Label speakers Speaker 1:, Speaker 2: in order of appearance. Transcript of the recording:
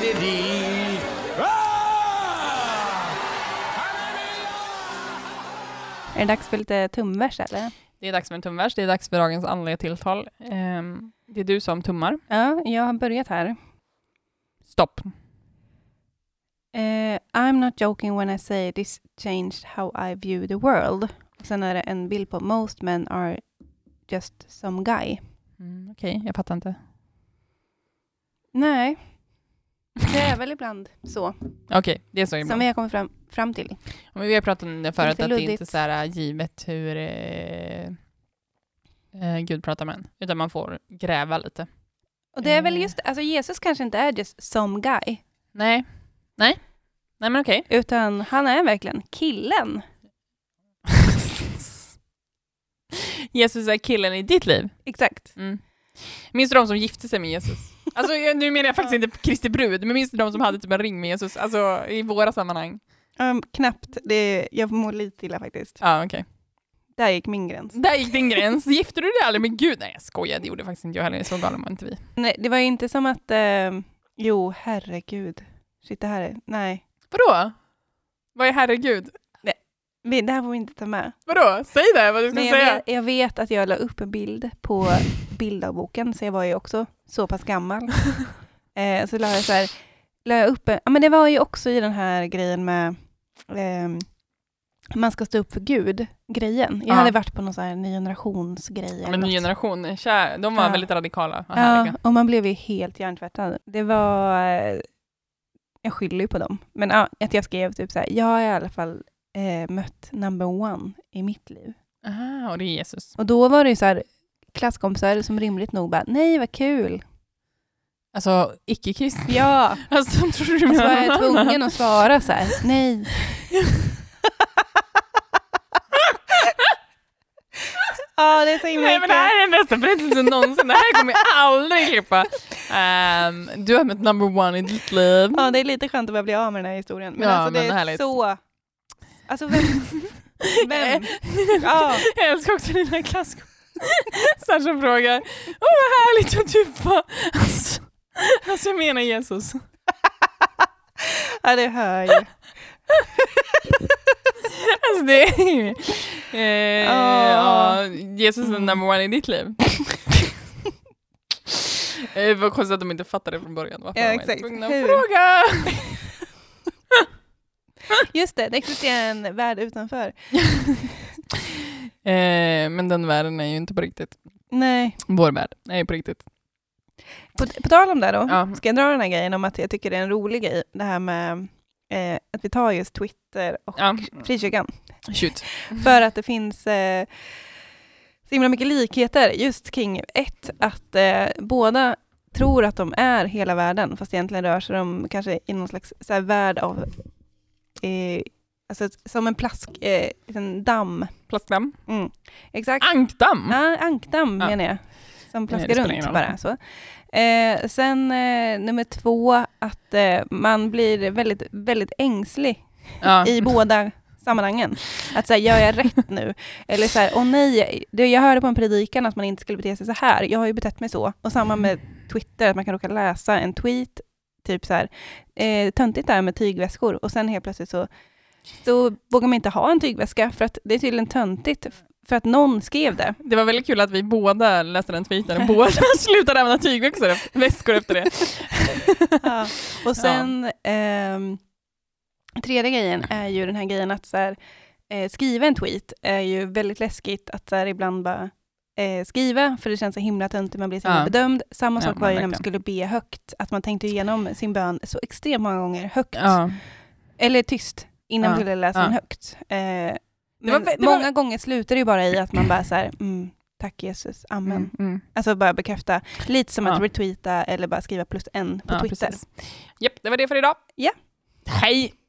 Speaker 1: Di-di-di-di-di-di-di.
Speaker 2: Är det dags för lite tumvers eller?
Speaker 3: Det är dags för en tumvers, det är dags för dagens andliga tilltal. Ehm, det är du som tummar.
Speaker 2: Ja, jag har börjat här.
Speaker 3: Stopp.
Speaker 2: Eh, I'm not joking when I say this changed how I view the world. Och sen är det en bild på Most men are just some guy.
Speaker 3: Mm, Okej, jag fattar inte.
Speaker 2: Nej, det är väl ibland så,
Speaker 3: Okej, det är så
Speaker 2: som
Speaker 3: ibland.
Speaker 2: vi har kommit fram, fram till.
Speaker 3: Ja, Men vi har pratat om det förut,
Speaker 2: Lite
Speaker 3: att det inte är
Speaker 2: luddigt.
Speaker 3: så här äh, givet hur eh, eh, Gud pratar med en, utan man får gräva lite.
Speaker 2: Och det är väl
Speaker 3: Eh.
Speaker 2: just, alltså Jesus kanske inte är just some guy,
Speaker 3: Nej, nej, nej men okej.
Speaker 2: utan han är verkligen killen.
Speaker 3: Jesus är killen i ditt liv.
Speaker 2: Exakt.
Speaker 3: Mm. Minns du de som gifte sig med Jesus? Alltså jag- nu menar jag faktiskt inte Kristi brud, men minns du de som hade typ en ring med Jesus? Alltså i våra sammanhang.
Speaker 2: Um, knappt, det, jag mår lite illa faktiskt.
Speaker 3: Ja, okej.
Speaker 2: Där gick min gräns.
Speaker 3: Där gick din gräns. Gifte du dig aldrig med Gud? Nej, jag skojar. Det gjorde faktiskt inte jag heller. Så galen var inte vi.
Speaker 2: Nej, det var ju inte som att, eh, jo herregud, shit det här är, nej,
Speaker 3: Vadå? Vad är herregud?
Speaker 2: Vi- det här får vi inte ta med.
Speaker 3: Vadå? Säg det, vad du ska
Speaker 2: Men jag
Speaker 3: säga.
Speaker 2: vet, jag vet att jag la upp en bild på bildavboken, så jag var ju också så pass gammal. eh, så la jag så här, la jag upp en, ja men det var ju också i den här grejen med ehm, man ska stå upp för Gud, grejen. Jag
Speaker 3: Ja.
Speaker 2: hade varit på någon så här ny generationsgrej.
Speaker 3: Ja,
Speaker 2: eller
Speaker 3: Men ny
Speaker 2: något.
Speaker 3: generation, kär, de var
Speaker 2: Ja.
Speaker 3: väldigt radikala. Ja,
Speaker 2: Ja,
Speaker 3: herregud.
Speaker 2: och man blev ju helt hjärntvättad. Det var, eh, jag skyller ju på dem, men ja, att jag skrev typ så här, jag har i alla fall eh, mött number one i mitt liv.
Speaker 3: Aha, och det är Jesus.
Speaker 2: Och då var det ju så här klasskompisar som rimligt nog bara, nej vad kul.
Speaker 3: Alltså icke-kristna.
Speaker 2: Ja.
Speaker 3: Alltså, de tror du
Speaker 2: Och så var
Speaker 3: menar
Speaker 2: jag tvungen att svara så här, nej. Ja, det är så himla
Speaker 3: Nej men det här är den bästa berättelsen någonsin, det här kommer jag aldrig klippa. Ehm, du har mött number one i ditt liv.
Speaker 2: Ja, det är lite skönt att börja bli av med den här historien. Men
Speaker 3: Ja,
Speaker 2: alltså
Speaker 3: men
Speaker 2: det är
Speaker 3: härligt.
Speaker 2: så... Alltså vem... vem? Ja.
Speaker 3: Jag älskar också dina klasskompisar som frågar Åh vad härligt att du var... Alltså, alltså jag menar Jesus.
Speaker 2: ja, det hör ju.
Speaker 3: Alltså det är ju... Eh,
Speaker 2: Ja.
Speaker 3: ja, Jesus är number one i ditt liv. eh, vad konstigt att de inte fattade från början varför
Speaker 2: Ja,
Speaker 3: de var
Speaker 2: exakt.
Speaker 3: tvungna
Speaker 2: Hur?
Speaker 3: att fråga.
Speaker 2: Just det, det existerar en värld utanför.
Speaker 3: Eh, men den världen är ju inte på riktigt.
Speaker 2: Nej.
Speaker 3: Vår värld är ju på riktigt.
Speaker 2: På, på tal om det då,
Speaker 3: Ja.
Speaker 2: Oh, ska jag dra den här grejen om att jag tycker det är en rolig grej, det här med eh, att vi tar just Twitter och
Speaker 3: Ja,
Speaker 2: frikyrkan.
Speaker 3: shoot.
Speaker 2: För att det finns eh, så himla mycket likheter just kring ett, att eh, båda tror att de är hela världen, fast egentligen rör sig de kanske i någon slags så här, värld av, eh, alltså ett- som en plask, eh, en damm.
Speaker 3: Plastdamm.
Speaker 2: Mm. Exakt.
Speaker 3: Ankdamm!
Speaker 2: Ja, ankdamm
Speaker 3: Ja.
Speaker 2: menar jag. Som
Speaker 3: det
Speaker 2: plaskar
Speaker 3: spelar ingen
Speaker 2: runt
Speaker 3: roll.
Speaker 2: bara. Så. Eh, sen eh, nummer två, att eh, man blir väldigt, väldigt ängslig
Speaker 3: Ja.
Speaker 2: i båda sammanhangen. Att säga, gör jag rätt nu? Eller så här, åh nej, du, jag hörde på en predikan att man inte skulle bete sig så här. Jag har ju betett mig så. Och samma med Twitter, att man kan råka läsa en tweet, typ så här, eh, töntigt där med tygväskor. Och sen helt plötsligt så, så vågar man inte ha en tygväska, för att det är tydligen töntigt, f- för att någon skrev det.
Speaker 3: Det var väldigt kul att vi båda läste den tweeten och båda slutade använda tygväskor efter- väskor efter det.
Speaker 2: Ja. Och sen, ehm, tredje grejen är ju den här grejen att så här, eh, skriva en tweet är ju väldigt läskigt att så här, ibland bara eh, skriva, för det känns så himla töntigt, man blir så himla
Speaker 3: Ja.
Speaker 2: bedömd. Samma
Speaker 3: Ja,
Speaker 2: sak
Speaker 3: men
Speaker 2: var ju när man
Speaker 3: verkligen.
Speaker 2: skulle be högt, att man tänkte igenom sin bön så extremt många gånger högt,
Speaker 3: Ja.
Speaker 2: eller tyst, innan man
Speaker 3: Ja,
Speaker 2: skulle läsa den
Speaker 3: ja.
Speaker 2: högt. Eh, men
Speaker 3: var vä- det var-
Speaker 2: många gånger slutar det ju bara i att man bara så här, mm, tack Jesus, amen.
Speaker 3: Mm, mm.
Speaker 2: Alltså bara bekräfta, lite som att
Speaker 3: Ja.
Speaker 2: retweeta eller bara skriva plus en på
Speaker 3: Ja,
Speaker 2: Twitter.
Speaker 3: precis. Japp, det var det för idag.
Speaker 2: Ja.
Speaker 3: Hej!